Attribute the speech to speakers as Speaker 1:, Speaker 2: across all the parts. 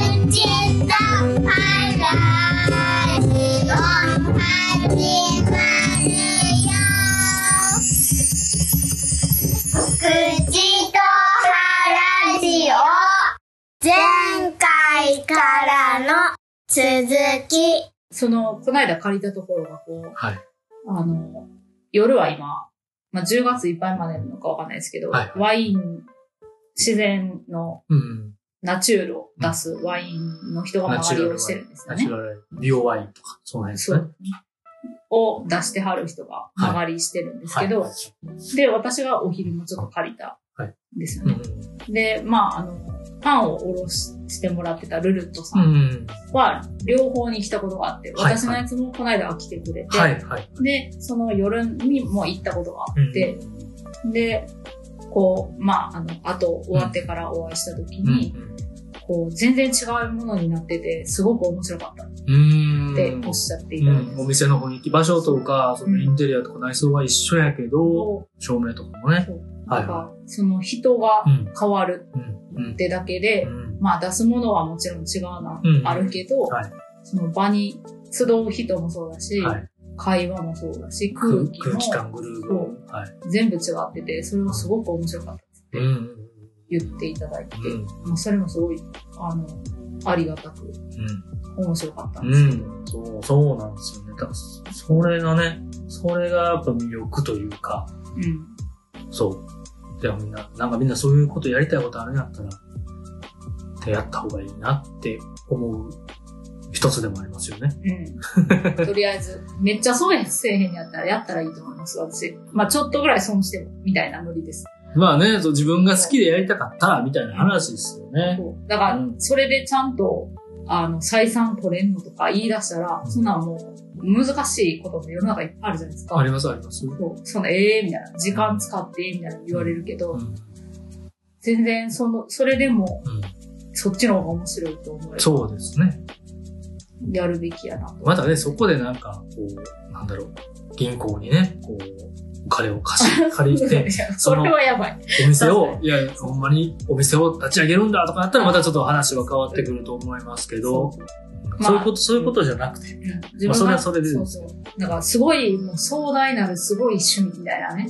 Speaker 1: 口の払いを始まるよ口と腹地を前回からの続き
Speaker 2: その、この間借りたところがこう、
Speaker 3: はい。
Speaker 2: あの、夜は今、まあ、10月いっぱいまでなのかわかんないですけど、
Speaker 3: はいはい
Speaker 2: ワイン、自然の
Speaker 3: うん。
Speaker 2: ナチュールを出すワインの人が周りをしてるんですよ
Speaker 3: ナチュ
Speaker 2: ね。
Speaker 3: ラルワイン、ビオワインとか、その辺です
Speaker 2: そ
Speaker 3: ね。
Speaker 2: う。を出してはる人が曲がりしてるんですけど、
Speaker 3: はい
Speaker 2: で、私はお昼もちょっと借りたんですよ
Speaker 3: う
Speaker 2: ね。で、
Speaker 3: ん
Speaker 2: まあ、あの、パンをおろししてもらってたルルットさ
Speaker 3: うんん。
Speaker 2: は、両方に来たことがあって、
Speaker 3: はいはい
Speaker 2: 私のやつもこの間は来てくれて、
Speaker 3: はい、はい。
Speaker 2: で、その夜にも行ったことがあ
Speaker 3: うん
Speaker 2: って、、で、こう、まあ、あの、あと終わってからお会いした時
Speaker 3: うん
Speaker 2: に、こう、全然違うものになってて、すごく面白かったっ
Speaker 3: うん。
Speaker 2: ておっしゃっていうたんで
Speaker 3: ん、お
Speaker 2: す
Speaker 3: 店の雰囲気、場所とか、そのインテリアとか内装は一緒やけ
Speaker 2: け
Speaker 3: ど、
Speaker 2: ど、
Speaker 3: 照明とかもね。
Speaker 2: そう
Speaker 3: はい
Speaker 2: なんか、その人が
Speaker 3: うん、
Speaker 2: 変わる
Speaker 3: うん、う
Speaker 2: っ
Speaker 3: ん。
Speaker 2: てだけで、まあ出すものはもちろん違うのは
Speaker 3: うん
Speaker 2: あるけど、
Speaker 3: はい
Speaker 2: その場に集う人もそうだし、
Speaker 3: はい
Speaker 2: 会話もそうだし、空
Speaker 3: 空
Speaker 2: 気
Speaker 3: 空気
Speaker 2: も
Speaker 3: 感、グルーヴが。はい。
Speaker 2: 全部違ってて、それもすごく面白かったっつって
Speaker 3: うん。
Speaker 2: 言っていただいて、
Speaker 3: うん。
Speaker 2: まあそれもすごい、あの、ありがたく面白かったん
Speaker 3: う
Speaker 2: ですけど、
Speaker 3: ん。そう、そうなんですよね。だから、それがね、それがやっぱ魅力というか、
Speaker 2: うん
Speaker 3: そう。でもみんな、なんかみんなそういうことやりたいことあるんやったら、出会った方がいいなって思う一つでもありますよね。
Speaker 2: うん。とりあえず、めっちゃそうやんせえへんやったらやったらいいと思います、私。まあちょっとぐらい損しても、みたいなノリです。
Speaker 3: まあね、そう自分が好きでやりたかったら、みたいな話ですよね。
Speaker 2: そうだから、
Speaker 3: うん
Speaker 2: それでちゃんと、あの、採算取れんのとか言い出したら、そんなんもう、難しいことも世の中いっぱいあるじゃないですか。
Speaker 3: ありますあります。
Speaker 2: そうその、ええみたいな、時間使って、みたいな言われるけど、
Speaker 3: うん
Speaker 2: 全然、その、それでも、
Speaker 3: うん
Speaker 2: そっちの方が面白いと思えば、
Speaker 3: そうですね。
Speaker 2: やるべきやなと。
Speaker 3: またね、そこでなんか、こう、なんだろう、銀行にね、こう、お金を貸し、借りて、
Speaker 2: それはやばい。
Speaker 3: お店
Speaker 2: 確
Speaker 3: を
Speaker 2: か、
Speaker 3: いや、ほんまにお店を立ち上げるんだとかだったらまたちょっと話は変わってくると思いますけど、
Speaker 2: う
Speaker 3: そういうこと、そういうことじゃなくて、
Speaker 2: うん自
Speaker 3: まあそれ
Speaker 2: が
Speaker 3: はそれで
Speaker 2: そうそう。だから、すごい、もう壮大なるすごい趣味みたいなね。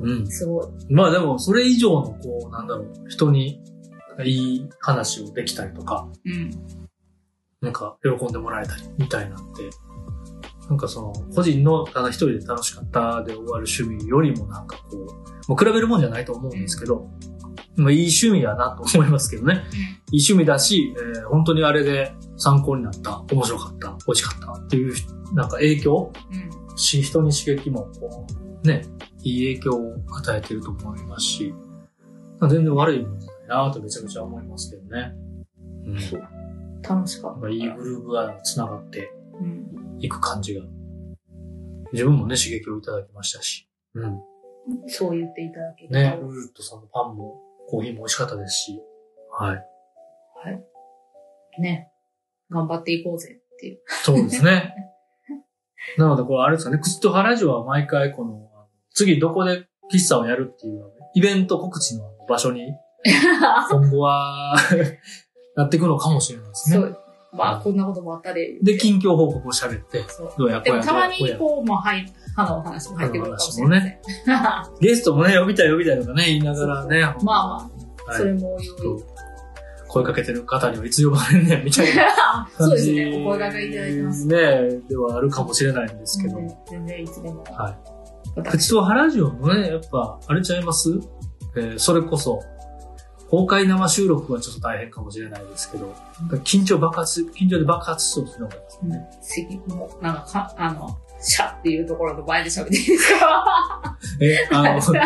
Speaker 3: うん。
Speaker 2: すごい。
Speaker 3: まあでも、それ以上の、こう、なんだろう、人に、いい話をできたりとか、
Speaker 2: うん。
Speaker 3: なんか、喜んでもらえたり、みたいなんて、なんかその、個人の、ただ一人で楽しかったで終わる趣味よりもなんかこう、もう比べるもんじゃないと思うんですけど、まあいい趣味やなと思いますけどね。いい趣味だし、えー本当にあれで参考になった、面白かった、美味しかったっていう、なんか影響
Speaker 2: うん。
Speaker 3: し、人に刺激も、こう、ね、いい影響を与えてると思いますし、まあ全然悪いもんじゃないなとめちゃめちゃ思いますけどね。うん。
Speaker 2: そう楽しか
Speaker 3: な
Speaker 2: った。
Speaker 3: んかいいグループが繋がって、
Speaker 2: うん。
Speaker 3: いく感じが。自分もね、刺激をいただきましたし。うん。
Speaker 2: そう言っていただけると。
Speaker 3: ね、ウルットさんのパンも、コーヒーも美味しかったですし。はい。
Speaker 2: ね。頑張っていこうぜっていう。
Speaker 3: そうですね。なので、これあれですかね、口と原ジは毎回この、次どこで喫茶をやるっていう、イベント告知の場所に、今後は、 やっていくのかもしれないです
Speaker 2: そ
Speaker 3: ね。
Speaker 2: う。まあ、こんなこともあったで。
Speaker 3: で、近況報告を喋って、
Speaker 2: そう。
Speaker 3: どうや
Speaker 2: で
Speaker 3: こう
Speaker 2: も
Speaker 3: や
Speaker 2: たま
Speaker 3: どう
Speaker 2: に
Speaker 3: や、こうや
Speaker 2: こう、まあ、はい、花の話も入ってくるかもしれません。
Speaker 3: ゲストもね、呼びたい呼びたいとかね、言いながらね。
Speaker 2: まあま
Speaker 3: はい
Speaker 2: それもおいおい。
Speaker 3: 声かけてる方にはいつ呼ばれんねんみたいな感じ
Speaker 2: そうですね。お声掛けいただいてます。
Speaker 3: ねではあるかもしれないんですけど、
Speaker 2: 全然いつでも。
Speaker 3: はい
Speaker 2: 私
Speaker 3: 口と原ジオもねやっぱあれちゃいます、えーそれこそ公開生収録はちょっと大変かもしれないですけど緊張爆発緊張で爆発しそうですね
Speaker 2: うん席も、なんかか、あの、シャっていうところの前で喋っていいですか
Speaker 3: え あのなんですか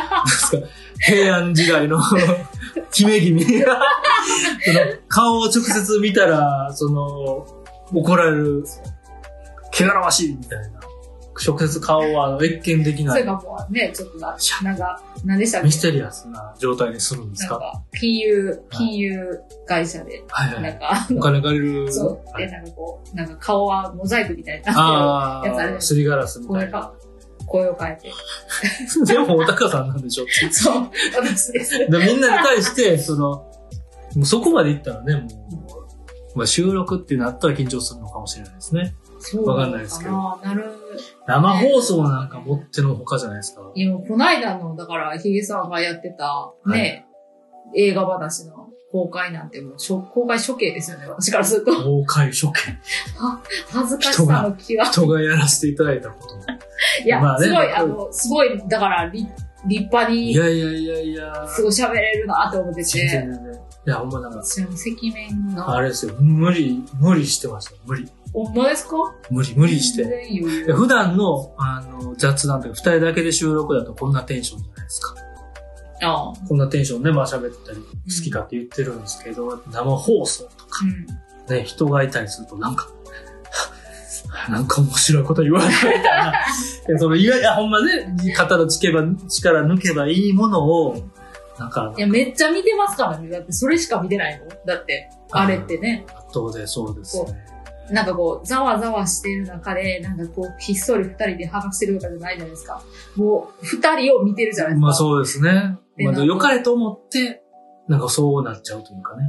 Speaker 3: 平安時代の 姫 君その顔を直接見たらその怒られる汚らわしいみたいな直接顔はあの越見でき
Speaker 2: そ
Speaker 3: な
Speaker 2: れ
Speaker 3: い
Speaker 2: がもうね、ちょっとな、なんか、何でしたっけ
Speaker 3: ミステリアスな状態にするんです
Speaker 2: なん
Speaker 3: か
Speaker 2: か、金融、金融会社で、
Speaker 3: はいは
Speaker 2: なん
Speaker 3: い。
Speaker 2: か、
Speaker 3: お金借りる。
Speaker 2: そう、で、なんかこう、なんか顔はモザイクみたいになっ
Speaker 3: あ
Speaker 2: やつある
Speaker 3: あ、すりガラス
Speaker 2: て
Speaker 3: み
Speaker 2: る、こ
Speaker 3: た
Speaker 2: れ
Speaker 3: いな。
Speaker 2: か、声を変えて。
Speaker 3: でも、お高さんなんでしょって
Speaker 2: そう、私です。
Speaker 3: でみんなに対して、その、もうそこまで行ったらね、もう、まあ、収録ってなったら緊張するのかもしれないですね。
Speaker 2: そう
Speaker 3: わかんないですけど
Speaker 2: かななる。
Speaker 3: 生放送なんかもってのほかじゃないですか。
Speaker 2: いや、もうこないだの、だから、ヒゲさんがやってた、ね、映画話の公開なんてもう、初公開処刑ですよね、私から すると。
Speaker 3: 公開処刑。
Speaker 2: 恥ずかしさの気が。
Speaker 3: 人がやらせていただいたこと。
Speaker 2: いや、
Speaker 3: まあね
Speaker 2: すごい、
Speaker 3: まあ
Speaker 2: あの、すごい、だから、立立派
Speaker 3: い
Speaker 2: に、
Speaker 3: やいやいやいや。
Speaker 2: すごい喋れるなと思って
Speaker 3: 全然
Speaker 2: て、
Speaker 3: 全然。いや、ほんまなんか、
Speaker 2: その赤面
Speaker 3: あ
Speaker 2: が、
Speaker 3: れですよ。無理、無理してました。無理。
Speaker 2: ほんまですか
Speaker 3: 無理、無理して
Speaker 2: 全。然余
Speaker 3: で
Speaker 2: 裕
Speaker 3: 普段のあの雑談というか、二人だけで収録だとこんなテンションじゃないですか。
Speaker 2: ああ
Speaker 3: こんなテンションで、まあ喋ったり、好きかって言ってるんですけど、生放送とか、
Speaker 2: うん。
Speaker 3: ね、人がいたりするとなんか、 なんか面白いこと言わないみたいな。 いやそのいやいや、ほんまね、肩のつけば、力抜けばいいものを、なんか
Speaker 2: い、や、めっちゃ見てますからね。だって、それしか見てないのだって、あれってね。
Speaker 3: 圧倒でそうですね。
Speaker 2: なんかこう、ざわざわしてる中で、なんかこう、ひっそり二人で話してるとかじゃないじゃないですか。もう、二人を見てるじゃないですか。
Speaker 3: まあそうですね。
Speaker 2: で
Speaker 3: ま
Speaker 2: なんか
Speaker 3: あ、良かれと思って、なんかそうなっちゃうというかね。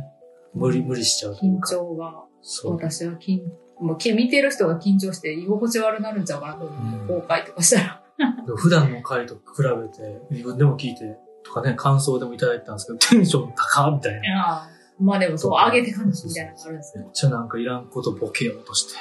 Speaker 3: 無理、無理しちゃうとい
Speaker 2: 緊
Speaker 3: うか。
Speaker 2: 張が、
Speaker 3: そう。
Speaker 2: 私は緊、もう、け見てる人が緊張して居心地悪くなるんちゃうかなと思う。
Speaker 3: うん
Speaker 2: 公開とかしたら。
Speaker 3: 普段の回と比べて、自分でも聞いて、とかね、感想でもいただいてたんですけど、テンション高っみたいな。
Speaker 2: ああまあでも、そう、上げて話すみたいなのがあるんです
Speaker 3: め
Speaker 2: ね。
Speaker 3: っちゃなんかいらんことボケようとして、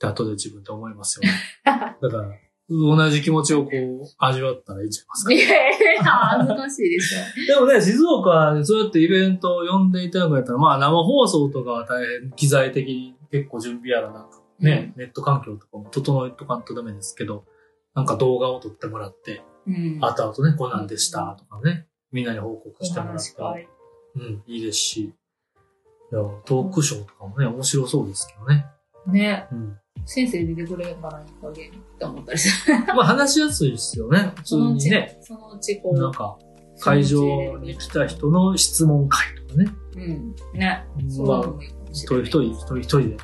Speaker 3: で、後で自分で思いますよ、 ね。だから、同じ気持ちをこう、味わったらいいんじゃないますか。
Speaker 2: いやいや、恥ずかしいでしょ。
Speaker 3: でもね、静岡でそうやってイベントを呼んでいただくんやったら、まあ生放送とかは大変、機材的に結構準備やらなんかね、ネット環境とかも整えとかんとダメですけど、なんか動画を撮ってもらって、
Speaker 2: うん。
Speaker 3: あとあとね、こんなんでしたとかね、みんなに報告
Speaker 2: お
Speaker 3: してもらっ
Speaker 2: 話
Speaker 3: た
Speaker 2: か
Speaker 3: ら、うん、いいですし、いやトークショーとかもね、面白そうですけどね。
Speaker 2: ね、
Speaker 3: うん。
Speaker 2: 先生出てくれるからいい加減って思ったりする。
Speaker 3: まあ話しやすいですよ ね、普通
Speaker 2: そのう
Speaker 3: に
Speaker 2: ち
Speaker 3: ね。、
Speaker 2: そのうちこ
Speaker 3: なん
Speaker 2: う、
Speaker 3: か、会場に来た人の質問会とかね。
Speaker 2: うん。ね。そう
Speaker 3: ま
Speaker 2: な
Speaker 3: あ
Speaker 2: のもいいかも
Speaker 3: 一
Speaker 2: しれ
Speaker 3: 人
Speaker 2: ない。
Speaker 3: 一人、一人一人で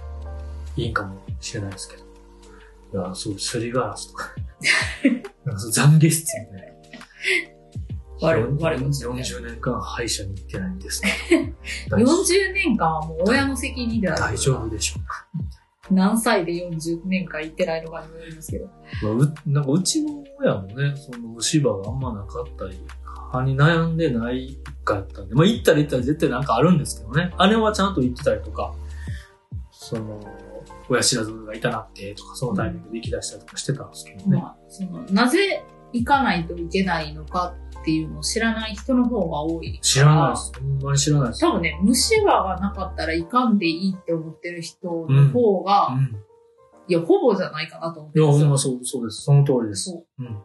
Speaker 3: いいんかもしれないですけど。いや、そう、すりガラスと か。なんかそう懺悔室みたいな。
Speaker 2: 我
Speaker 3: 40
Speaker 2: 我々
Speaker 3: 40年間歯医者に行ってないんですけ ど大
Speaker 2: 40年間はもう親の責任ではない
Speaker 3: 大丈夫でしょうか、
Speaker 2: 何歳で40年間行ってないのかにもよりますけど。
Speaker 3: まあ、うなんかうちの親もね、その虫歯があんまなかったり、歯に悩んでないかやったんで、まあ行ったら行ったら絶対なんかあるんですけどね。姉はちゃんと行ってたりとか、その、親知らずが痛なってとか、そのタイミングで行き出したりとかしてたんですけどね。
Speaker 2: まあ、その、なぜ行かないといけないのかっていうのを知らない人の方が多いから。
Speaker 3: 知らないです。ほんまに知らないです。
Speaker 2: 多分ね、虫歯がなかったらいかんでいいって思ってる人の方が、
Speaker 3: うん。
Speaker 2: いや、ほぼじゃないかなと思っ
Speaker 3: い
Speaker 2: て
Speaker 3: や、ほん
Speaker 2: よ
Speaker 3: まそう、そうです。その通りです。
Speaker 2: そう
Speaker 3: うん。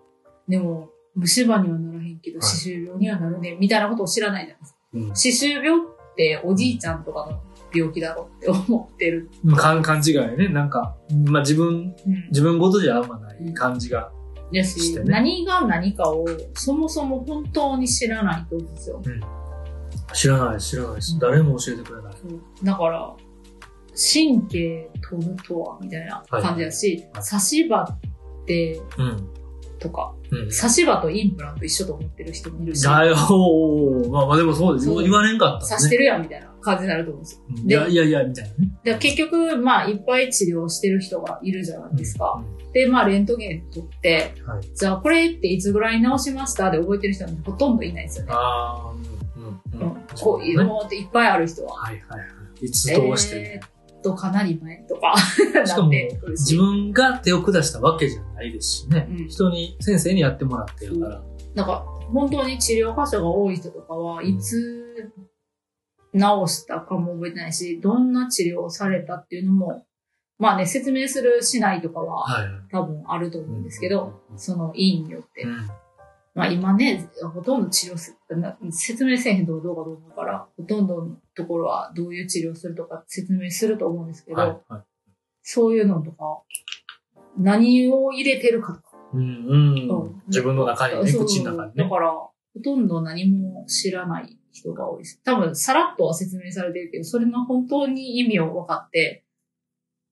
Speaker 2: でも、虫歯にはならへんけど、
Speaker 3: はい
Speaker 2: 歯周病にはなるね、みたいなことを知らないじゃないですか。
Speaker 3: うん
Speaker 2: 歯周病っておじいちゃんとかの病気だろって思ってる。
Speaker 3: まあ勘勘違いね。なんか、まあ自分、
Speaker 2: うん
Speaker 3: 自分ごとじゃあんまない感じが。
Speaker 2: やし、
Speaker 3: してね
Speaker 2: 何が何かをそもそも本当に知らないとですよ。
Speaker 3: 知らないです、知らないです。誰も教えてくれない。
Speaker 2: だから、神経飛ぶとはみたいな感じだし、
Speaker 3: はい
Speaker 2: 差し歯って
Speaker 3: うん。
Speaker 2: とか、
Speaker 3: うん。
Speaker 2: 差し歯とインプラント一緒と思ってる人もいるし、
Speaker 3: だよーまあまあでもそうです。
Speaker 2: そう
Speaker 3: 言われんかった
Speaker 2: 刺
Speaker 3: ら
Speaker 2: して
Speaker 3: ね。
Speaker 2: るやんみたいな感じになると思うんですよ。
Speaker 3: うんいやいやいや、みたいなね。
Speaker 2: で結局、まあ、いっぱい治療してる人がいるじゃないですか。
Speaker 3: うん。
Speaker 2: で、まあ、レントゲン取って、
Speaker 3: はい
Speaker 2: じゃあ、これっていつぐらい治しましたで覚えてる人なんてほとんどいないですよね。
Speaker 3: あー、うん。うん
Speaker 2: う
Speaker 3: うんん。
Speaker 2: こういう
Speaker 3: ね。
Speaker 2: のっていっぱいある人は。
Speaker 3: はいはいはい。いつどうして
Speaker 2: え
Speaker 3: ね。
Speaker 2: ーっと、かなり前とか、
Speaker 3: し
Speaker 2: な
Speaker 3: かも
Speaker 2: ってくる
Speaker 3: 自
Speaker 2: し。
Speaker 3: 分が手を下したわけじゃないですしね
Speaker 2: うん。
Speaker 3: 人に、先生にやってもらってるから。
Speaker 2: なんか、本当に治療箇所が多い人とかは、いつ治したかも覚えてないし、どんな治療をされたっていうのも、まあね、説明するしないとかは
Speaker 3: はいはい。
Speaker 2: 多分あると思うんですけど、
Speaker 3: うん
Speaker 2: その医院によって。
Speaker 3: うん。
Speaker 2: まあ今ね、ほとんど治療すな説明せえへんとどうかと思うから、ほとんどのところはどういう治療するとか説明すると思うんですけど、
Speaker 3: はいはい。
Speaker 2: そういうのとか、何を入れてるかとか。
Speaker 3: うん、
Speaker 2: う
Speaker 3: うんん。自分の中にね、
Speaker 2: そう
Speaker 3: 口の中に
Speaker 2: だ
Speaker 3: ね。
Speaker 2: から、ほとんど何も知らない人が多いです。多分、さらっとは説明されてるけど、それの本当に意味を分かって、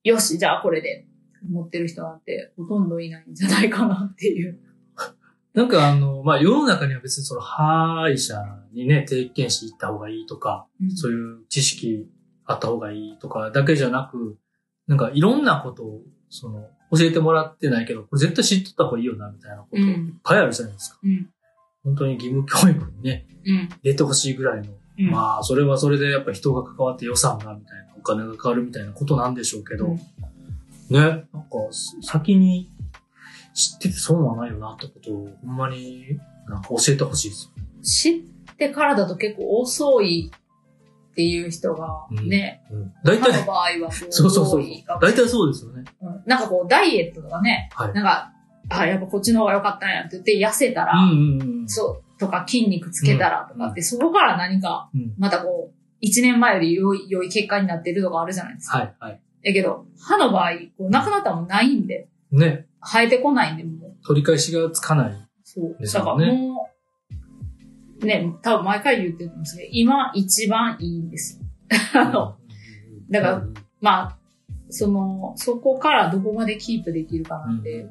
Speaker 2: よし、じゃあこれで、持ってる人なんてほとんどいないんじゃないかなっていう。
Speaker 3: なんかあの、まあ、世の中には別にその、歯医者にね、定期検診行った方がいいとか、そういう知識あった方がいいとかだけじゃなく、なんかいろんなことを、その、教えてもらってないけど、これ絶対知っとった方がいいよな、みたいなこと、
Speaker 2: う
Speaker 3: いっ
Speaker 2: ん。
Speaker 3: ぱいあるじゃないですか。
Speaker 2: うん。
Speaker 3: 本当に義務教育にね、
Speaker 2: うん。
Speaker 3: 入れてほしいぐらいの、
Speaker 2: うん。
Speaker 3: まあ、それはそれでやっぱ人が関わって予算が、みたいな、お金がかかるみたいなことなんでしょうけど、
Speaker 2: うん
Speaker 3: ね、なんか、先に知ってて損はないよな、ってことを、ほんまに、なんか教えてほしいです
Speaker 2: 知ってからだと結構遅いっていう人がね、
Speaker 3: よ。うん。大
Speaker 2: 他の
Speaker 3: 体、
Speaker 2: 場合はこ
Speaker 3: そうそうそ
Speaker 2: 多
Speaker 3: う
Speaker 2: いか。も
Speaker 3: 大体そうですよね。
Speaker 2: うんなんかこう、ダイエットとかね、
Speaker 3: はい
Speaker 2: なんか、あ、やっぱこっちの方が良かったんやって言って痩せたら、
Speaker 3: うんうんうん。
Speaker 2: そう、とか筋肉つけたらとかって、そこから何か、
Speaker 3: うん
Speaker 2: またこう、一年前より良い、良い結果になってるとかあるじゃないですか。
Speaker 3: はい、はい。
Speaker 2: だけど、歯の場合、こう、なくなったらもうないんで、
Speaker 3: ね、
Speaker 2: 生えてこないんで、もう。
Speaker 3: 取り返しがつかない。
Speaker 2: そう。
Speaker 3: です
Speaker 2: だ
Speaker 3: よ
Speaker 2: か
Speaker 3: ね
Speaker 2: らもう、ね、多分毎回言ってるんですけど、今一番いいんです。 あの、だから
Speaker 3: うん
Speaker 2: まあ、その、そこからどこまでキープできるかなんで、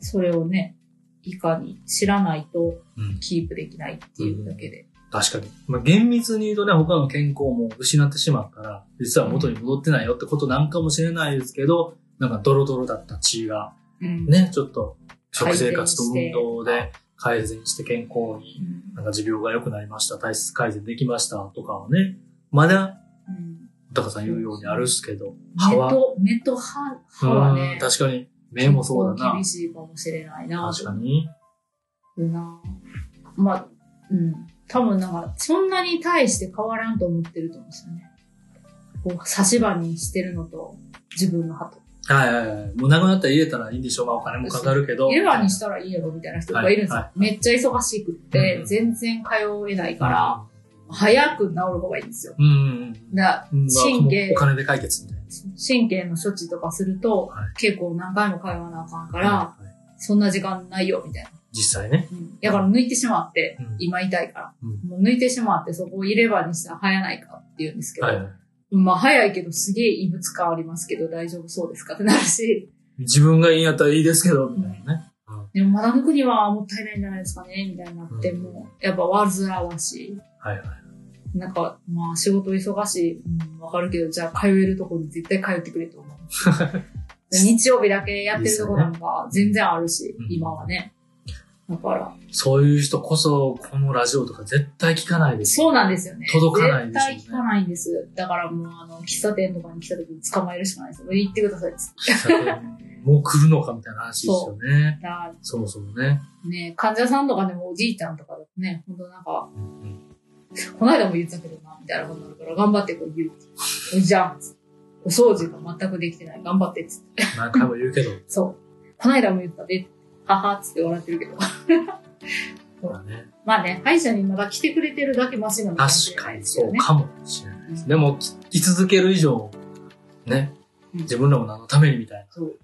Speaker 2: それをね、いかに知らないと
Speaker 3: うん
Speaker 2: キープできないっていうだけで。
Speaker 3: 確かに。まあ、厳密に言うとね、他の健康も失ってしまったら、実は元に戻ってないよってことなんかもしれないですけど、なんかドロドロだった血が、
Speaker 2: うん。
Speaker 3: ね、ちょっと食生活と運動で改善して健康
Speaker 2: う
Speaker 3: に、
Speaker 2: ん。
Speaker 3: なんか持病が良くなりました、体質改善できましたとかはね、まだ、
Speaker 2: うん
Speaker 3: 高さん言うようにあるっすけど、
Speaker 2: 目
Speaker 3: 歯は、
Speaker 2: と、目と歯、歯は
Speaker 3: う
Speaker 2: ね
Speaker 3: ん、確かに、目もそうだ
Speaker 2: 結構
Speaker 3: な
Speaker 2: 厳。しいかもしれないな
Speaker 3: 確かに。
Speaker 2: うなまあ、うん。多分なんか、そんなに対して変わらんと思ってると思うんですよね。こう、差し歯にしてるのと、自分の歯と。
Speaker 3: はいはいはい。もうなくなったら入れたらいいんでしょう。まあお金もかかるけど。
Speaker 2: エヴァにしたらいいやろみたいな人がいるんですよ。
Speaker 3: はいはい
Speaker 2: めっちゃ忙しくって
Speaker 3: う、ん
Speaker 2: 全然通えないから、早く治る方がいいんですよ。
Speaker 3: うんうん
Speaker 2: だから
Speaker 3: うん。うんまあ
Speaker 2: 神経
Speaker 3: お金で解決みたいな。
Speaker 2: 神経の処置とかすると、
Speaker 3: はい
Speaker 2: 結構何回も通わなあかんか、
Speaker 3: から
Speaker 2: そんな時間ないよみたいな。
Speaker 3: 実際ね。
Speaker 2: うん。だから抜いてしまって、
Speaker 3: うん
Speaker 2: 今痛いから、
Speaker 3: う
Speaker 2: もう抜いてしまってそこを入れ歯にしたら生えないかって言うんですけど、
Speaker 3: はいはい。
Speaker 2: まあ早いけどすげえ異物感ありますけど大丈夫そうですかってなるし、
Speaker 3: 自分がいいんやったらいいですけど、みたいなね。
Speaker 2: でもまだ抜くにはもったいないんじゃないですかね、みたいになって、
Speaker 3: うん
Speaker 2: もうやっぱ煩わしい。
Speaker 3: はいはい。
Speaker 2: なんかまあ仕事忙しい、うん、わかるけど、じゃあ通えるとこに絶対通ってくれと 思う。日曜日だけやってるとこなんか全然あるし、
Speaker 3: うん
Speaker 2: 今はね。だから、
Speaker 3: そういう人こそ、このラジオとか絶対聞かないです。
Speaker 2: そうなんですよね。
Speaker 3: 届かないですよね
Speaker 2: 絶対聞かないんです。だからもう、あの、喫茶店とかに来た時に捕まえるしかないです。もう行ってくださいっつって。
Speaker 3: もう来るのかみたいな話ですよね。
Speaker 2: だか
Speaker 3: そもそもね。
Speaker 2: らね、患者さんとかでもおじいちゃんとかだとね、ほんとなんか、
Speaker 3: うん
Speaker 2: この間も言ってたけどな、みたいなことになるから、頑張ってこう言う。おじゃんっつって。お掃除が全くできてない。頑張ってっつって。
Speaker 3: 何回も言うけど、
Speaker 2: そう。この間も言ったで、ははっつって笑ってるけど。
Speaker 3: まあ ね
Speaker 2: まあね、歯医者にまだ来てくれてるだけマシなのもし
Speaker 3: 確
Speaker 2: れな
Speaker 3: か
Speaker 2: いで
Speaker 3: に
Speaker 2: す
Speaker 3: そ
Speaker 2: よ
Speaker 3: う
Speaker 2: ね。
Speaker 3: かもしれないで
Speaker 2: う
Speaker 3: す。
Speaker 2: ん
Speaker 3: でも、き居続ける以上、ね、
Speaker 2: うん
Speaker 3: 自分らも何のためにみたいな
Speaker 2: そう。
Speaker 3: 思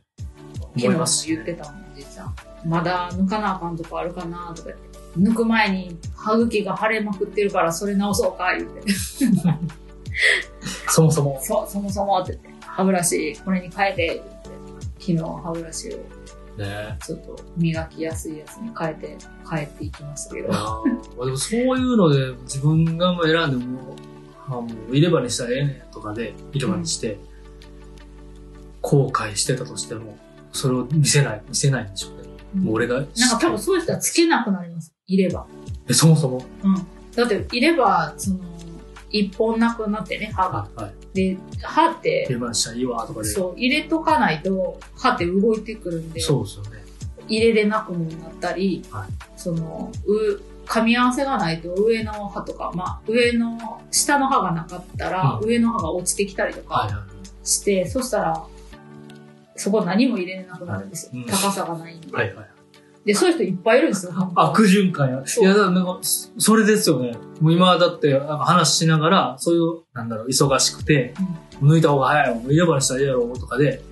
Speaker 2: 昨
Speaker 3: い
Speaker 2: 日
Speaker 3: ま
Speaker 2: も
Speaker 3: すし
Speaker 2: 言っ
Speaker 3: ね。
Speaker 2: てたもん、じいちゃん。まだ抜かなあかんとこあるかなとか言って。抜く前に歯茎が腫れまくってるからそれ直そうか言って。
Speaker 3: そもそも。
Speaker 2: そう、そもそもって言って。歯ブラシ、これに変えて言って。昨日歯ブラシを
Speaker 3: ね
Speaker 2: ちょっと磨きやすいやつに変えて、帰っていきましたけど。
Speaker 3: あーでもそういうので自分がもう選んでもうあもう入れ歯にしたらええねんとかで入れ歯にして、後悔してたとしてもそれを見せない見せないんでしょうね、もう俺が
Speaker 2: なんか多分そういう人はつけなくなります。いれば。
Speaker 3: えそもそも
Speaker 2: だって、いれば、その、一本なくなってね、歯が。
Speaker 3: あはい
Speaker 2: で、歯って
Speaker 3: 入、れ歯にしたらいいわとかでそう
Speaker 2: そう、入れとかないと、歯って動いてくるんで。
Speaker 3: ですよね
Speaker 2: 入れれなくもなったり、
Speaker 3: はい
Speaker 2: そのう噛み合わせがないと上の歯とか、まあ、上の下の歯がなかったら、
Speaker 3: うん
Speaker 2: 上の歯が落ちてきたりと
Speaker 3: はい
Speaker 2: か
Speaker 3: は
Speaker 2: して、そしたらそこ何も入れれなくなるんですよ、
Speaker 3: はいうん
Speaker 2: 高さがないんで,、
Speaker 3: いはいはい
Speaker 2: でそういう人いっぱいいるんですよ本当に
Speaker 3: 悪循環や。
Speaker 2: そう
Speaker 3: いや、だからなんか、そそれですよね。もう今はだって、なんか話しながら、そういう、なんだろう、忙しくて、抜いた方が早いわ、もう入れ歯にしたらいいやろ、とかで、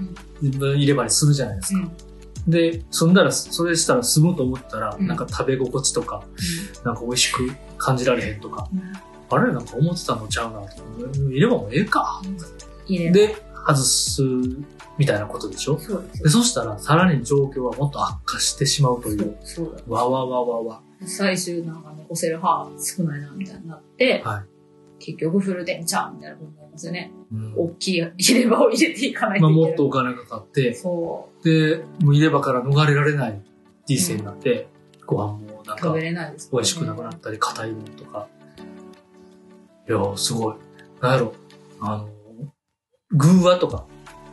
Speaker 3: 入れ歯にするじゃないですか。
Speaker 2: うん
Speaker 3: で、そんだら、それしたら済むと思ったら、
Speaker 2: うん
Speaker 3: なんか食べ心地とか、なんか美味しく感じられへんとか、
Speaker 2: うん
Speaker 3: あれなんか思ってたのちゃうなとか、入れ歯もええか。
Speaker 2: 入れ
Speaker 3: で、外す、みたいなことでしょ
Speaker 2: そうです
Speaker 3: で、そしたら、さらに状況はもっと悪化してしまうと
Speaker 2: そ
Speaker 3: いう
Speaker 2: う、そうだ
Speaker 3: わわわわわ。
Speaker 2: 最終なんか残せる歯少ないなみたいになって、
Speaker 3: は
Speaker 2: 結局フル電車みたいなことになりますよね。
Speaker 3: うん
Speaker 2: 大きい入れ歯を入れていかない
Speaker 3: ま
Speaker 2: とい
Speaker 3: あ、
Speaker 2: けない。
Speaker 3: もっとお金がかかって、
Speaker 2: そ
Speaker 3: で、もう入れ歯から逃れられない人生になって、ご飯もなん
Speaker 2: う、
Speaker 3: か
Speaker 2: 食べれないです、
Speaker 3: 美味しくなくなったり、硬いものとか。いやー、すごい。なんやろ、あの、偶話とか、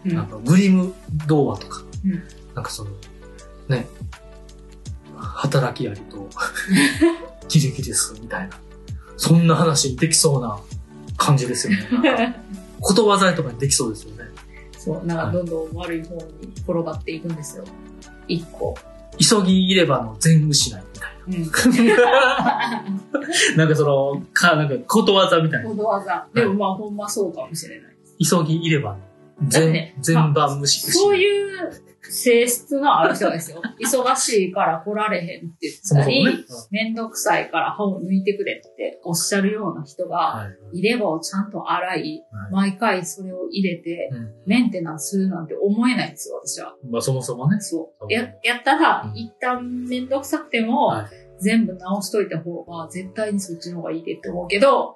Speaker 2: うん
Speaker 3: なんかグリム童話とか、
Speaker 2: うん
Speaker 3: なんかその、ね、働きあ りと、ギリギリすみたいな、そんな話にできそうな感じですよね。な んかことわざとかにできそうですよね。
Speaker 2: そう、なんかどんどん悪い方に転がっていくんですよ。一個。
Speaker 3: 急ぎ入ればの全失い みたい
Speaker 2: うん。
Speaker 3: な。なんかその、か、なんかことわざみたいな。
Speaker 2: ことわざ。でもまあほんまそうかもしれない。
Speaker 3: 急ぎ入ればの
Speaker 2: だっ
Speaker 3: 全
Speaker 2: て、
Speaker 3: 全番無視失
Speaker 2: そういう性質のある人 ですよ。忙しいから来られへんって言ったり、
Speaker 3: そもそもね
Speaker 2: めんどくさいから歯を抜いてくれっておっしゃるような人が、
Speaker 3: はい。
Speaker 2: 入れ歯をちゃんと洗い、
Speaker 3: はい
Speaker 2: 毎回それを入れて、
Speaker 3: うん
Speaker 2: メンテナンスするなんて思えないんですよ、私は。
Speaker 3: まあそもそもね。
Speaker 2: そう。
Speaker 3: うん
Speaker 2: や、やったら
Speaker 3: う、ん
Speaker 2: 一旦めんどくさくても、
Speaker 3: はい
Speaker 2: 全部直しといた方が、絶対にそっちの方がいいでって思うけど、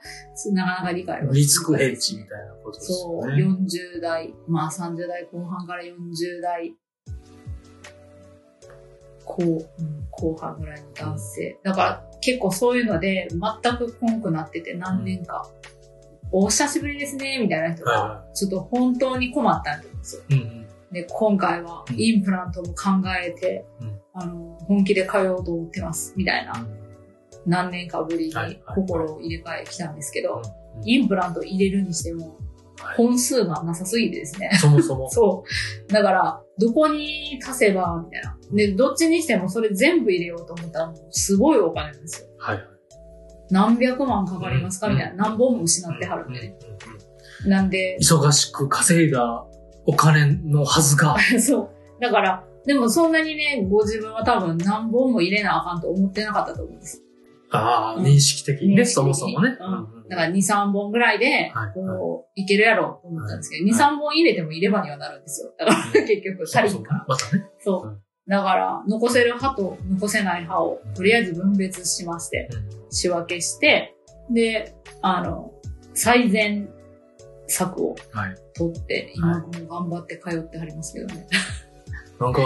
Speaker 2: なかなか理解は
Speaker 3: リスクヘッジみたいなことです
Speaker 2: そ
Speaker 3: よ
Speaker 2: う、
Speaker 3: ね。
Speaker 2: 40代、まあ30代後半から40代、後、うん後半ぐらいの男性。だから結構そういうので、全くこんくなってて何年か、お久しぶりですね、みたいな人
Speaker 3: はい
Speaker 2: が、ちょっと本当に困ったんですよ。
Speaker 3: うんうん。
Speaker 2: で、今回は
Speaker 3: うん
Speaker 2: インプラントも考えて、
Speaker 3: うん
Speaker 2: あの、本気で通おうと思ってます、みたいな、何年かぶりに
Speaker 3: はいはい
Speaker 2: 心を入れ替え来たんですけど、
Speaker 3: うん
Speaker 2: インプラント入れるにしても
Speaker 3: はい、
Speaker 2: 本数がなさすぎてですね。
Speaker 3: そもそも。
Speaker 2: そう。だから、どこに足せば、みたいな。で、どっちにしてもそれ全部入れようと思ったら、もうすごいお金なんですよ。
Speaker 3: はいはい。
Speaker 2: 何百万かかりますか
Speaker 3: うん
Speaker 2: みたいな。何本も失ってはるんでね。
Speaker 3: うんうんうん
Speaker 2: なんで、
Speaker 3: 忙しく稼いだお金のはずが、
Speaker 2: そう。だから、でもそんなにね、ご自分は多分何本も入れなあかんと思ってなかったと思うんです。
Speaker 3: ああ、
Speaker 2: うん
Speaker 3: 認識的に
Speaker 2: 認識的
Speaker 3: ね、
Speaker 2: に
Speaker 3: そもそもね。
Speaker 2: うんだから2、3本ぐらいで
Speaker 3: はい、
Speaker 2: こう、いけるやろうと思ったんですけど、2、
Speaker 3: はい
Speaker 2: 3本入れても入れ歯にはなるんですよ。だから
Speaker 3: うん
Speaker 2: 結局
Speaker 3: そ
Speaker 2: 足
Speaker 3: も
Speaker 2: り
Speaker 3: そ
Speaker 2: ん
Speaker 3: も
Speaker 2: から。
Speaker 3: またね。
Speaker 2: そう
Speaker 3: うん。
Speaker 2: だから、残せる歯と残せない歯を、とりあえず分別しまして、仕分けして、で、あの、最善策を
Speaker 3: はい
Speaker 2: 取って、今
Speaker 3: は
Speaker 2: も頑張って通ってはりますけどね。
Speaker 3: なんか、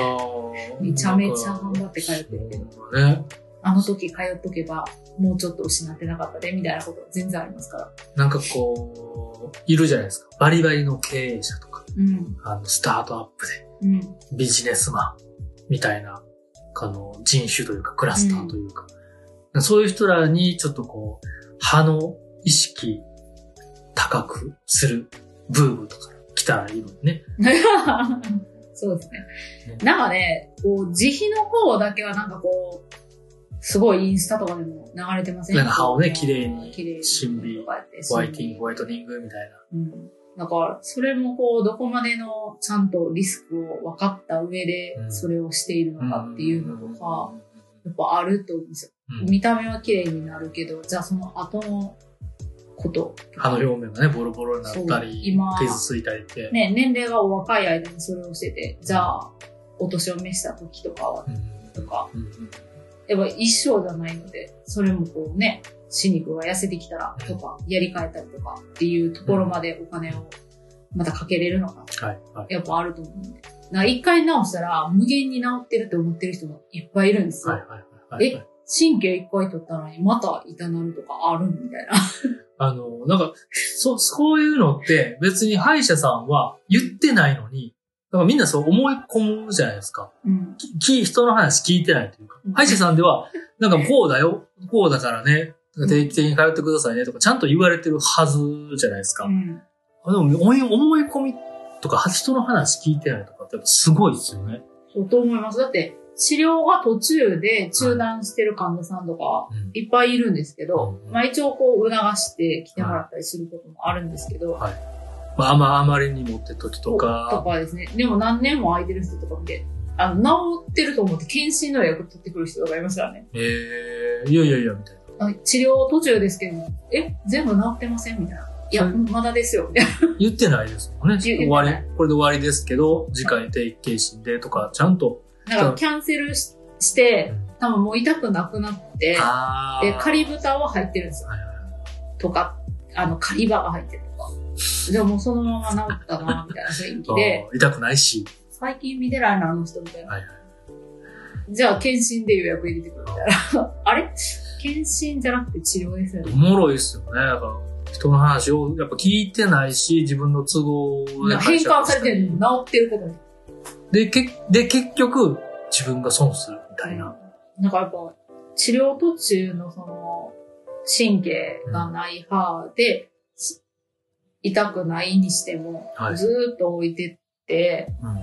Speaker 2: めちゃめちゃ頑張って通ってるけど、
Speaker 3: そうね。
Speaker 2: あの時通っとけば、もうちょっと失ってなかったで、みたいなこと全然ありますから。
Speaker 3: なんかこう、いるじゃないですか。バリバリの経営者とか、
Speaker 2: うん。
Speaker 3: あの、スタートアップで
Speaker 2: うん。
Speaker 3: ビジネスマンみたいな、あの、人種というか、クラスターというか、そういう人らにちょっとこう、派の意識高くするブームとか来たらいいのにね。
Speaker 2: そうですね
Speaker 3: ね。
Speaker 2: なんかね、こう、慈悲の方だけはなんかこう、すごいインスタとかでも流れてません
Speaker 3: なんか歯をね綺麗に
Speaker 2: 綺麗に
Speaker 3: 新美
Speaker 2: とかやって
Speaker 3: ホワイティング、ホワイトニングみたいな。
Speaker 2: うん。だから、それもこう、どこまでのちゃんとリスクを分かった上で
Speaker 3: う、ん
Speaker 2: それをしているのかっていうのとか、やっぱあると思うんですよ。
Speaker 3: うん、
Speaker 2: 見た目は綺麗になるけど、じゃあその後のこと。
Speaker 3: 歯の表面がね、ボロボロになった
Speaker 2: そう
Speaker 3: り
Speaker 2: 今、
Speaker 3: 傷ついたりって。
Speaker 2: ね、年齢がお若い間にそれをしてて、じゃあ、お年を召した時とかは、とか、
Speaker 3: うん
Speaker 2: やっぱ一生じゃないので、それもこうね、歯肉が痩せてきたらとか、やり替えたりとかっていうところまでお金をまたかけれるのか
Speaker 3: はい、はい。
Speaker 2: やっぱあると思うんで。なんか一回直したら無限に治ってると思ってる人もいっぱいいるんですよ。
Speaker 3: はい、はい、はい。
Speaker 2: え神経一回取ったのにまた痛なるとかあるみたいな。
Speaker 3: あの、なんか、そ、そういうのって別に歯医者さんは言ってないのに、なんかみんなそう思い込むじゃないですか。
Speaker 2: うん。
Speaker 3: き、人の話聞いてないというか
Speaker 2: うん。
Speaker 3: 歯医者さんでは、なんかこうだよ、こうだからね、定期的に通ってくださいねとか、ちゃんと言われてるはずじゃないですか。
Speaker 2: うん。
Speaker 3: あでも、思い思い込みとか、人の話聞いてないとかってやっぱすごいですよね。
Speaker 2: そうと思います。だって治療が途中で中断してる患者さんとか
Speaker 3: うん
Speaker 2: いっぱいいるんですけど、
Speaker 3: うん
Speaker 2: まあ一応こう促して来てもらったりすることもあるんですけど、
Speaker 3: まあまあ、あまりにもって時と
Speaker 2: と
Speaker 3: か、
Speaker 2: かですね。でも何年も空いてる人とかって、あの、治ってると思って検診の予約取ってくる人とかいますからね。
Speaker 3: えー、いやいやいや、みたいな。
Speaker 2: あ治療途中ですけど、え、全部治ってませんみたいな。いや、
Speaker 3: はい
Speaker 2: まだですよ。みたいな
Speaker 3: 言ってないですもんね。
Speaker 2: 言う
Speaker 3: 終わり
Speaker 2: 言って、
Speaker 3: これで終わりですけど、次回定期検診でとか、ちゃんと。
Speaker 2: なんかキャンセルしして
Speaker 3: うん、
Speaker 2: 多分もう痛くなくなって、
Speaker 3: あー
Speaker 2: で、カリブタは入ってるんですよ。
Speaker 3: はいはいはい
Speaker 2: とか、あの、狩り場が入ってるとか。でももうそのまま治ったな、みたいな雰囲気で、
Speaker 3: あー痛くないし、
Speaker 2: 最近見てないな、あの人みたいな。
Speaker 3: はいは
Speaker 2: じゃあ、検診で予約入れてくるみたい な。あれ検診じゃなくて治療ですよ
Speaker 3: お
Speaker 2: ね。
Speaker 3: もろいですよね。だから、人の話をやっぱ聞いてないし、自分の都合で
Speaker 2: 変
Speaker 3: 解釈して
Speaker 2: 換されてるの、治ってることに。
Speaker 3: で、け、で、結局、自分が損するみたいな。
Speaker 2: なんかやっぱ、治療途中のその、神経がない歯で、し痛くないにしても、
Speaker 3: はい
Speaker 2: ずーっと置いてって、
Speaker 3: うん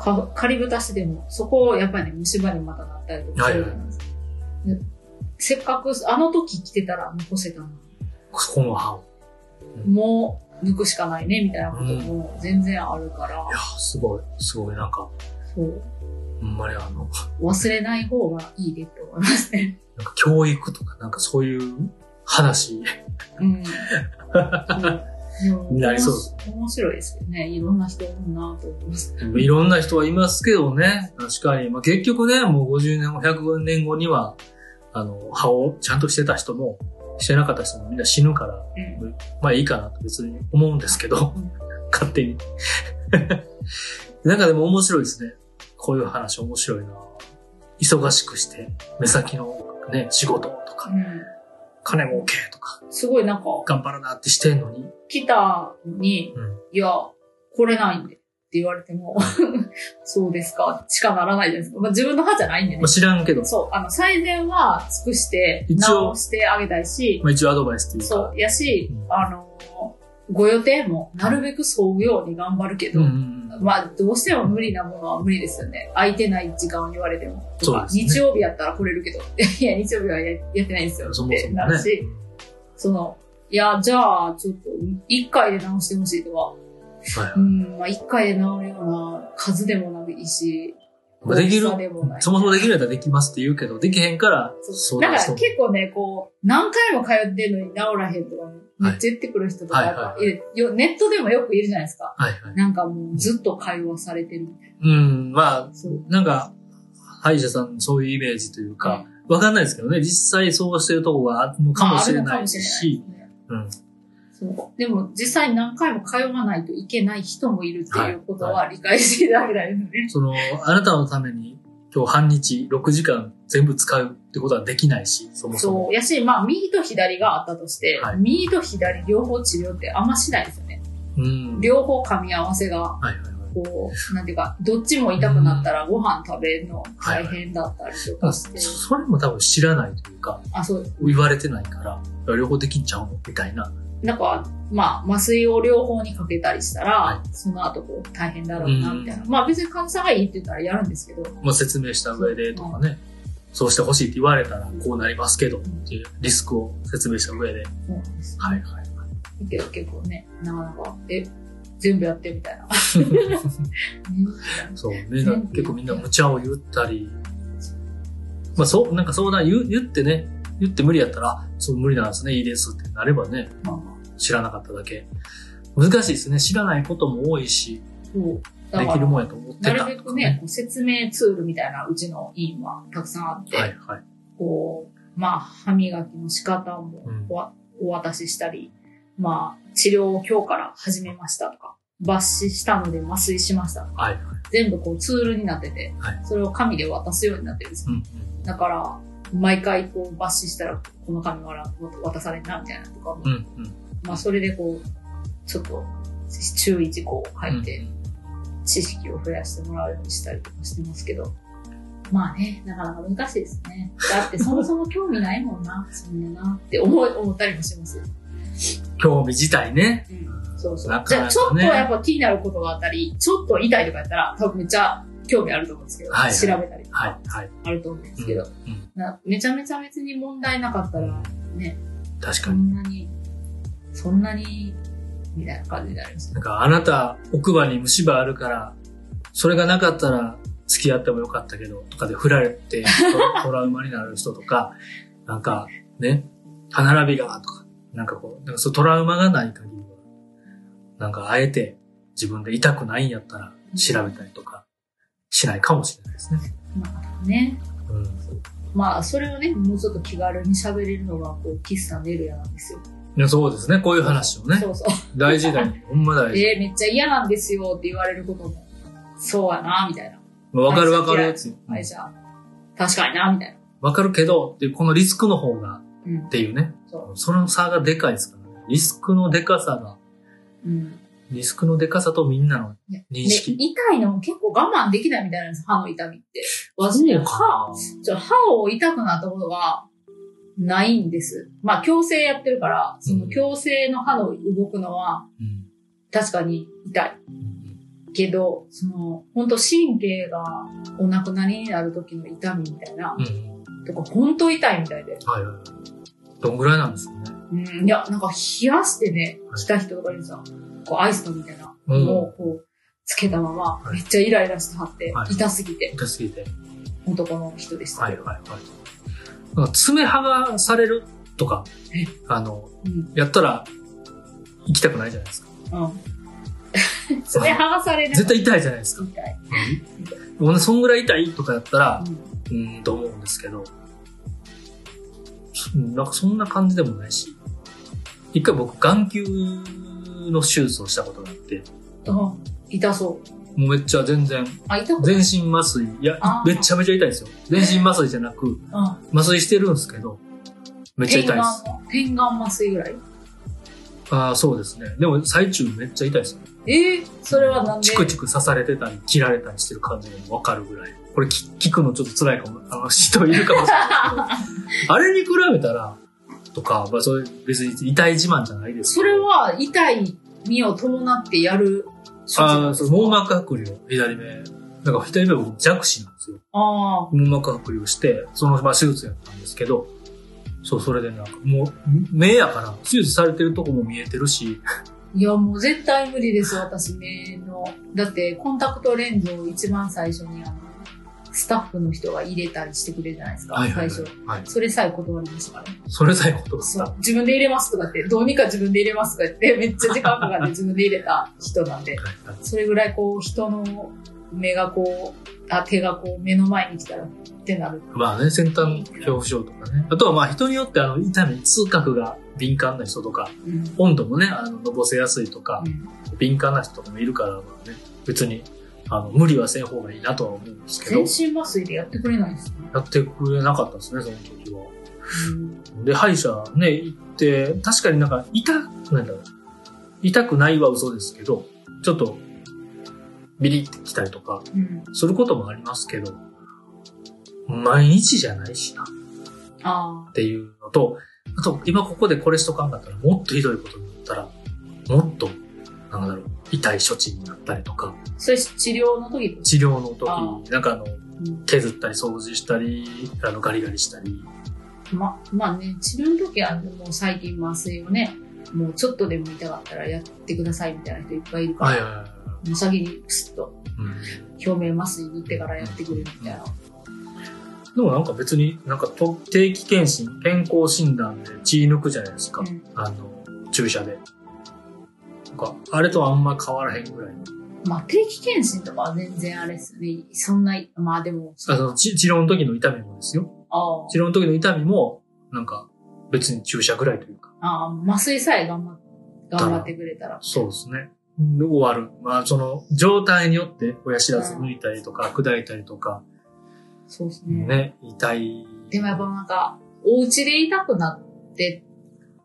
Speaker 2: か仮蓋してでも、そこをやっぱりね、虫歯にまたなったりとかするじゃないですか。でせっかく、あの時来てたら残せたの。
Speaker 3: そこの歯を。
Speaker 2: もう抜くしかないね、みたいなことも全然あるから
Speaker 3: い、やー、すごい、すごい、なんか、
Speaker 2: そう、
Speaker 3: ほんまにあの、
Speaker 2: 忘れない方がいいでって思いますね。
Speaker 3: なんか教育とか、なんかそういう話。
Speaker 2: うん。そうでも
Speaker 3: なりそうです
Speaker 2: 面白いですよね。いろんな人いるなと思います。
Speaker 3: いろんな人はいますけどね。確かに。まあ、結局ね、もう50年後、100年後には、あの、歯をちゃんとしてた人も、してなかった人もみんな死ぬから、
Speaker 2: うん
Speaker 3: まあいいかなと別に思うんですけど
Speaker 2: うん、
Speaker 3: 勝手に。 なんかでも面白いですね。こういう話面白いな忙しくして、目先のね、仕事とか、金儲けとか、
Speaker 2: すごいなんか、
Speaker 3: 頑張るなってしてんのに、
Speaker 2: 来たのに、
Speaker 3: うん
Speaker 2: いや、来れないんでって言われても、 そうですか、しかならないじゃないですか。まあ、自分の歯じゃないんでね
Speaker 3: まあ、。知らんけど、
Speaker 2: そう、あの、最善は尽くして、
Speaker 3: 一応
Speaker 2: 直してあげたいし、
Speaker 3: まあ一応アドバイスっていうか。
Speaker 2: そう、やし
Speaker 3: う、ん
Speaker 2: あの、ご予定もなるべく沿うように頑張るけど、
Speaker 3: うんうんうん。
Speaker 2: まあ、どうしても無理なものは無理ですよね。空いてない時間を言われても。とか
Speaker 3: そうですね
Speaker 2: 日曜日やったら来れるけど。 いや、日曜日はややってないんですよ。
Speaker 3: そ
Speaker 2: っ
Speaker 3: も
Speaker 2: て
Speaker 3: そも
Speaker 2: なる
Speaker 3: ね
Speaker 2: し、。その、いや、じゃあ、ちょっと、一回で直してほしいとか、
Speaker 3: はいは
Speaker 2: う
Speaker 3: い
Speaker 2: ん、まあ、一回で直るような数でもないし、
Speaker 3: まあできる
Speaker 2: 大きさでもない
Speaker 3: そもそもできるやったらできますって言うけど、できへんから、
Speaker 2: そう
Speaker 3: 相
Speaker 2: だか
Speaker 3: 談
Speaker 2: ら
Speaker 3: しても
Speaker 2: 結構ね、こう、何回も通ってんのに治らへんとかね、めっちゃ言ってくる人とか、
Speaker 3: はい
Speaker 2: やっぱいるよネットでもよくいるじゃないですか。
Speaker 3: はいはい。
Speaker 2: なんかもうずっと会話されてる。
Speaker 3: うん、まあ、
Speaker 2: そう。
Speaker 3: なんか、歯医者さんそういうイメージという
Speaker 2: う
Speaker 3: か
Speaker 2: ん、
Speaker 3: わかんないですけどね、実際そうしてるとこがあるのかもし
Speaker 2: まあある
Speaker 3: れ
Speaker 2: のか
Speaker 3: な
Speaker 2: も
Speaker 3: い
Speaker 2: し
Speaker 3: し、
Speaker 2: れないですね
Speaker 3: うん
Speaker 2: そうでも実際何回も通わないといけない人もいるっていうこと
Speaker 3: は
Speaker 2: は理解していただきたいですね。
Speaker 3: その、あなたのために今日半日6時間全部使うってことはできないし、そもそ
Speaker 2: そ
Speaker 3: も。
Speaker 2: う。やし、まあ、右と左があったとして、
Speaker 3: はい
Speaker 2: 右と左両方治療ってあんましないですよね。
Speaker 3: うん。
Speaker 2: 両方噛み合わせが、
Speaker 3: はいはいはい。
Speaker 2: こう、なんていうか、どっちも痛くなったらご飯食べるの大変だったりと
Speaker 3: だから
Speaker 2: かし
Speaker 3: そ
Speaker 2: て、
Speaker 3: それも多分知らないというか、
Speaker 2: あ、そう、
Speaker 3: 言われてないから、両方できんちゃうのみたいな。
Speaker 2: なんか、まあ、麻酔を両方にかけたりしたら、
Speaker 3: は
Speaker 2: その後こう、大変だろうな、みたいな。まあ、別に患者さんがいいって言ったらやるんですけど、
Speaker 3: まあ、説明した上でとかね、そうしてほしいって言われたらこうなりますけどっていうリスクを説明した上で。
Speaker 2: そうなんです。
Speaker 3: はいはい。
Speaker 2: けど結構ね、なかなか、え、全部やってみ たいな。ね
Speaker 3: そうね、だ結構みんな無茶を言ったり、まあそう、なんか相談言う言ってね、言って無理やったら、あそう無理なんですね、いいですってなればね、
Speaker 2: まあまあ
Speaker 3: 知らなかっただけ。難しいですね、知らないことも多いし、
Speaker 2: そう。だ
Speaker 3: で
Speaker 2: か
Speaker 3: きる
Speaker 2: ら、
Speaker 3: もんやと思って
Speaker 2: な
Speaker 3: た。
Speaker 2: るべくね、こう説明ツールみたいなうちの委員はたくさんあって、
Speaker 3: はいはい。
Speaker 2: こう、まあ、歯磨きの仕方も
Speaker 3: うん
Speaker 2: おわお渡ししたり、まあ、治療を今日から始めましたとか、抜歯したので麻酔しましたとか、
Speaker 3: はいはい。
Speaker 2: 全部こうツールになってて、
Speaker 3: はい
Speaker 2: それを紙で渡すようになってるんですよ
Speaker 3: うんうん。
Speaker 2: だから、毎回こう抜歯したら、この紙は渡されんな、みたいなとかも
Speaker 3: うんうん。
Speaker 2: まあ、それでこう、ちょっと注意事項を書いて、知識を増やしてもらうようにしたりとかしてますけど、まあね、なかなか難しいですね。だってそもそも興味ないもんな、 そんななって思い思ったりもします。
Speaker 3: 興味自体ね。
Speaker 2: うん、そうそう。
Speaker 3: なか
Speaker 2: じ
Speaker 3: な
Speaker 2: ゃあ
Speaker 3: かね
Speaker 2: ちょっとやっぱ気になることがあったり、ちょっと痛いとかやったら、多分めっちゃ興味あると思うんですけど、
Speaker 3: はい
Speaker 2: 調べたりと
Speaker 3: は
Speaker 2: か
Speaker 3: いはい。
Speaker 2: あると思うんです
Speaker 3: う
Speaker 2: け
Speaker 3: ん
Speaker 2: ど、
Speaker 3: うん
Speaker 2: なめちゃめちゃ別に問題なかったら、ね、
Speaker 3: 確か
Speaker 2: そ
Speaker 3: に。
Speaker 2: んなに、そんなに、みたいな感じになりますね
Speaker 3: なんか、あなた、奥歯に虫歯あるから、それがなかったら付き合ってもよかったけど、とかで振られて、 トトラウマになる人とか、なんか、ね、歯並びが、とか、なんかこう、なんかそうトラウマがない限りは、なんか、あえて自分で痛くないんやったら調べたりとか、しないかもしれないですね。
Speaker 2: まあね。
Speaker 3: うん。
Speaker 2: まあ、それをね、もうちょっと気軽に喋れるのが、こう、喫茶ネルヤなんですよ。
Speaker 3: いやそうですね。こういう話をね。
Speaker 2: そうそう。
Speaker 3: 大事だよ。ほんま大事。
Speaker 2: えー、めっちゃ嫌なんですよって言われることも、そうやな、みたいな。
Speaker 3: わかるわかるやつよ。
Speaker 2: はい、じゃあ、確かにな、みたいな。
Speaker 3: わかるけど、っていう、このリスクの方が、
Speaker 2: うん
Speaker 3: っ。ていうね。
Speaker 2: そ
Speaker 3: その差がでかいですからね。リスクのでかさが、
Speaker 2: うん。
Speaker 3: リスクのでかさとみんなの
Speaker 2: ね
Speaker 3: 認
Speaker 2: で
Speaker 3: 識。
Speaker 2: 痛いのも結構我慢できないみたいなんです、歯の痛みって。私ね、歯、ちょ歯を痛くなったことがないんです。まあ、矯正やってるから、その矯正の歯の動くのは
Speaker 3: うん
Speaker 2: 確かに痛い。けど、その、本当神経がお亡くなりになる時の痛みみたいな、
Speaker 3: うん。
Speaker 2: とか、本当痛いみたいで。
Speaker 3: はいはいはい。どんぐらいなんですかね。
Speaker 2: うん、いや、なんか冷やしてね、来た人とかにさ、こうアイスのみたいな
Speaker 3: うん
Speaker 2: のをこう、つけたまま、
Speaker 3: はい
Speaker 2: めっちゃイライラしてはって、
Speaker 3: はい
Speaker 2: 痛すぎて、
Speaker 3: 痛すぎて。
Speaker 2: 男の人でした
Speaker 3: はい
Speaker 2: け
Speaker 3: は
Speaker 2: ど。
Speaker 3: いはい。なんか爪剥がされるとか
Speaker 2: え、
Speaker 3: あの、
Speaker 2: うん。
Speaker 3: やったら行きたくないじゃないですか。
Speaker 2: うん。 それ剥がされる。
Speaker 3: 絶対痛いじゃないですか。
Speaker 2: 痛い。
Speaker 3: もうね、そんぐらい痛いとかやったら
Speaker 2: う、ん
Speaker 3: うん、と思うんですけど、そなんかそんな感じでもないし、一回僕、眼球の手術をしたことがあって、
Speaker 2: あ痛そう。
Speaker 3: もうめっちゃ全然、
Speaker 2: あ、痛くない。
Speaker 3: 全身麻酔、いや
Speaker 2: あ、ー
Speaker 3: めちゃめちゃ痛いんですよ。全身麻酔じゃなく、
Speaker 2: うん。
Speaker 3: 麻酔してるんですけど、めっちゃ痛
Speaker 2: 天
Speaker 3: いで
Speaker 2: 眼
Speaker 3: す。
Speaker 2: の、天眼麻酔ぐらい。
Speaker 3: ああ、そうですね。でも最中めっちゃ痛いですよ。
Speaker 2: ええそれはなんで
Speaker 3: チクチク刺されてたり、切られたりしてる感じがわかるぐらい。これ聞聞くのちょっと辛いかも、あの人いるかもしれない。あれに比べたら、とか、まあ、それ別に痛い自慢じゃないです
Speaker 2: そ
Speaker 3: けど。
Speaker 2: れは痛い身を伴ってやる処置
Speaker 3: あ
Speaker 2: なん
Speaker 3: あ、
Speaker 2: です
Speaker 3: そう、
Speaker 2: か
Speaker 3: 網膜剥離を、左目。なんか左目は僕弱視なんですよ。
Speaker 2: あ
Speaker 3: 網膜剥離をして、その、まあ、手術やったんですけど、そう、それでなんか、もう、目やから、手術されてるとこも見えてるし、
Speaker 2: あ。いや、もう絶対無理です、私、目の。だって、コンタクトレンズを一番最初に、あの、スタッフの人が入れたりしてくれるじゃないですか、最初。
Speaker 3: はい。
Speaker 2: それさえ断りましたからね。
Speaker 3: それさえことが
Speaker 2: そ
Speaker 3: さ
Speaker 2: う。自分で入れますとかって、どうにか自分で入れますとか言って、めっちゃ時間かかって自分で入れた人なんで。それぐらいこう人の目がこう、あ、手がこう目の前に来たらってなる。
Speaker 3: まあね、先端恐怖症とかね。あとはまあ人によってあの痛み、痛覚が敏感な人とか、
Speaker 2: うん。
Speaker 3: 温度もね、あの、のぼせやすいとか
Speaker 2: う、ん
Speaker 3: 敏感な人とかもいるから、まあね、別に、あの、無理はせん方がいいなとは思うんですけど
Speaker 2: 全、身麻酔でやってくれないんですね。
Speaker 3: やってくれなかったですね、その時は。
Speaker 2: うん
Speaker 3: で、歯医者ね、行って、確かになんか痛、なんだろう。痛くないは嘘ですけど、ちょっと、ビリってきたりとか、
Speaker 2: うん。
Speaker 3: することもありますけど、毎日じゃないしな。
Speaker 2: ああ
Speaker 3: っ。ていうのと、あと、今ここでこれしとかんかったら、もっとひどいことになったら、もっと、なんだろう、痛い処置になったりとか、
Speaker 2: それ治療の時ってこと
Speaker 3: 治療の
Speaker 2: あ
Speaker 3: 時、なんかあの、
Speaker 2: うん
Speaker 3: 削ったり掃除したり、あの、ガリガリしたり、
Speaker 2: ま、まあね、治療の時はもう最近麻酔をね、もうちょっとでも痛かったらやってくださいみたいな人いっぱいいるから、
Speaker 3: はいはいはいはい。
Speaker 2: もう先にプスッと表面麻酔塗ってからやってくれるみたいな。
Speaker 3: うん、でもなんか別になんかと定期検診、健康診断で血抜くじゃないですか。
Speaker 2: うん
Speaker 3: あの、注射で。なんか、あれとあんま変わらへんぐらいの。
Speaker 2: まあ定期検診とかは全然あれですよね。そんな、まあでも、
Speaker 3: あの、ち治療の時の痛みもですよ。
Speaker 2: あー
Speaker 3: 治療の時の痛みも、なんか、別に注射ぐらいというか。
Speaker 2: あー、麻酔さえ頑張っ頑張ってくれたら。
Speaker 3: そうですね。終わる。まあ、その、状態によって、親知らず抜いたりとか、砕いたりとか、
Speaker 2: そうですね。
Speaker 3: ね、痛い。
Speaker 2: でもやっぱなんか、お家で痛くなって、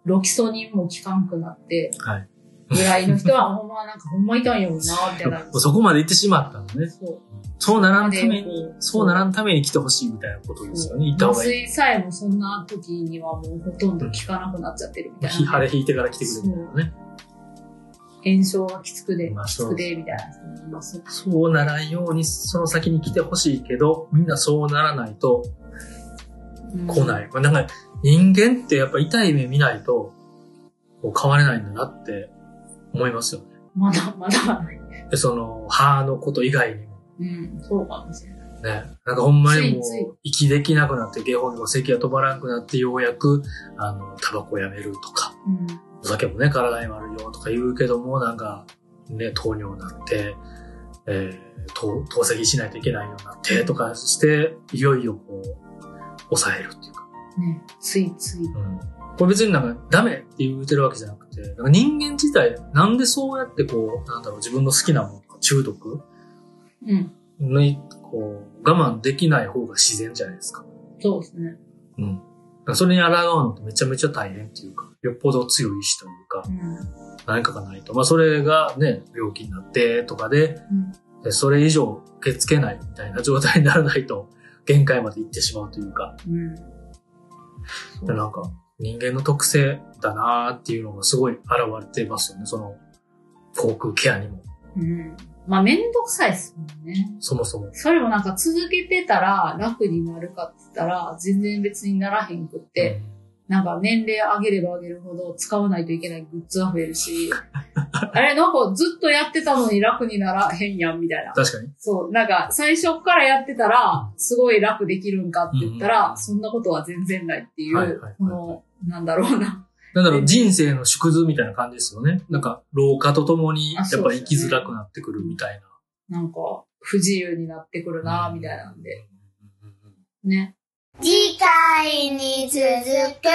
Speaker 2: ロキソニンも効かんくなって、
Speaker 3: はい
Speaker 2: ぐらいの人は、ほんまなんかほんま痛いんやもんな、みたいな
Speaker 3: も。う そこまで行ってしまったのね。
Speaker 2: そう。
Speaker 3: そうならんため
Speaker 2: で
Speaker 3: に、そうならんために来てほしいみたいなことですよね。行った
Speaker 2: 麻
Speaker 3: 方がいい。
Speaker 2: 酔さえもそんな時にはもうほとんど効かなくなっちゃってるみたい
Speaker 3: 腫
Speaker 2: な。
Speaker 3: れ引いてから来てくれるみたいなね。
Speaker 2: 炎症がきつくで、
Speaker 3: まあ
Speaker 2: き
Speaker 3: そ
Speaker 2: つ
Speaker 3: う
Speaker 2: くで、みたいな。そう
Speaker 3: そうならんように、その先に来てほしいけど、みんなそうならないと来ない。まあなんか、人間ってやっぱ痛い目見ないと、こう変われないんだなって思いますよね。
Speaker 2: まだまだない。
Speaker 3: でその、歯のこと以外にも。
Speaker 2: うん、そうかもしれない。
Speaker 3: ね、なんかほんまにも
Speaker 2: ついついう
Speaker 3: 息できなくなって、下本にも咳が止まらなくなって、ようやく、あの、タバコやめるとか、
Speaker 2: うん。
Speaker 3: お酒もね、体に悪いよとか言うけども、なんか、ね、糖尿になって、えー、透透析しないといけないようになって、とかして、いよいよこう、抑えるっていうか、
Speaker 2: ね、ついつい。
Speaker 3: うん、これ別になんかダメって言うてるわけじゃなくて、なんか人間自体、なんでそうやってこう、なんだろう、自分の好きなものとか中毒
Speaker 2: うん。
Speaker 3: に、こう、我慢できない方が自然じゃないですか。
Speaker 2: そうですね。
Speaker 3: うん。だからそれに抗うのってめちゃめちゃ大変っていうか、よっぽど強い意志というか、
Speaker 2: うん。
Speaker 3: 何かがないと。まあそれがね、病気になってとかで、でそれ以上受け付けないみたいな状態にならないと、 限界まで行ってしまうというか、
Speaker 2: うん。そう
Speaker 3: なんか、人間の特性だなーっていうのがすごい現れてますよね、その、口腔ケアにも、
Speaker 2: うん。まあ、めんどくさいですもんね。
Speaker 3: そもそも。
Speaker 2: それもなんか続けてたら楽になるかって言ったら、全然別にならへんくって、なんか年齢上げれば上げるほど使わないといけないグッズが増えるし、 あれ、なんかずっとやってたのに楽にならへんやんみたい な。
Speaker 3: 確かに。
Speaker 2: そう、なんか最初からやってたら、すごい楽できるんかって言ったら、
Speaker 3: うん
Speaker 2: そんなことは全然ないってい
Speaker 3: はいはいは
Speaker 2: う
Speaker 3: い、
Speaker 2: この、なんだろうな。
Speaker 3: なんだろう、人生の縮図みたいな感じですよね。なんか、老化とともに、や
Speaker 2: あ
Speaker 3: っ
Speaker 2: そう
Speaker 3: ぱ
Speaker 2: です
Speaker 3: 生
Speaker 2: よね
Speaker 3: きづらくなってくるみたい
Speaker 2: なんか、不自由になってくる
Speaker 3: な。
Speaker 2: な、みたいなんで。ね。
Speaker 1: 次回に続く。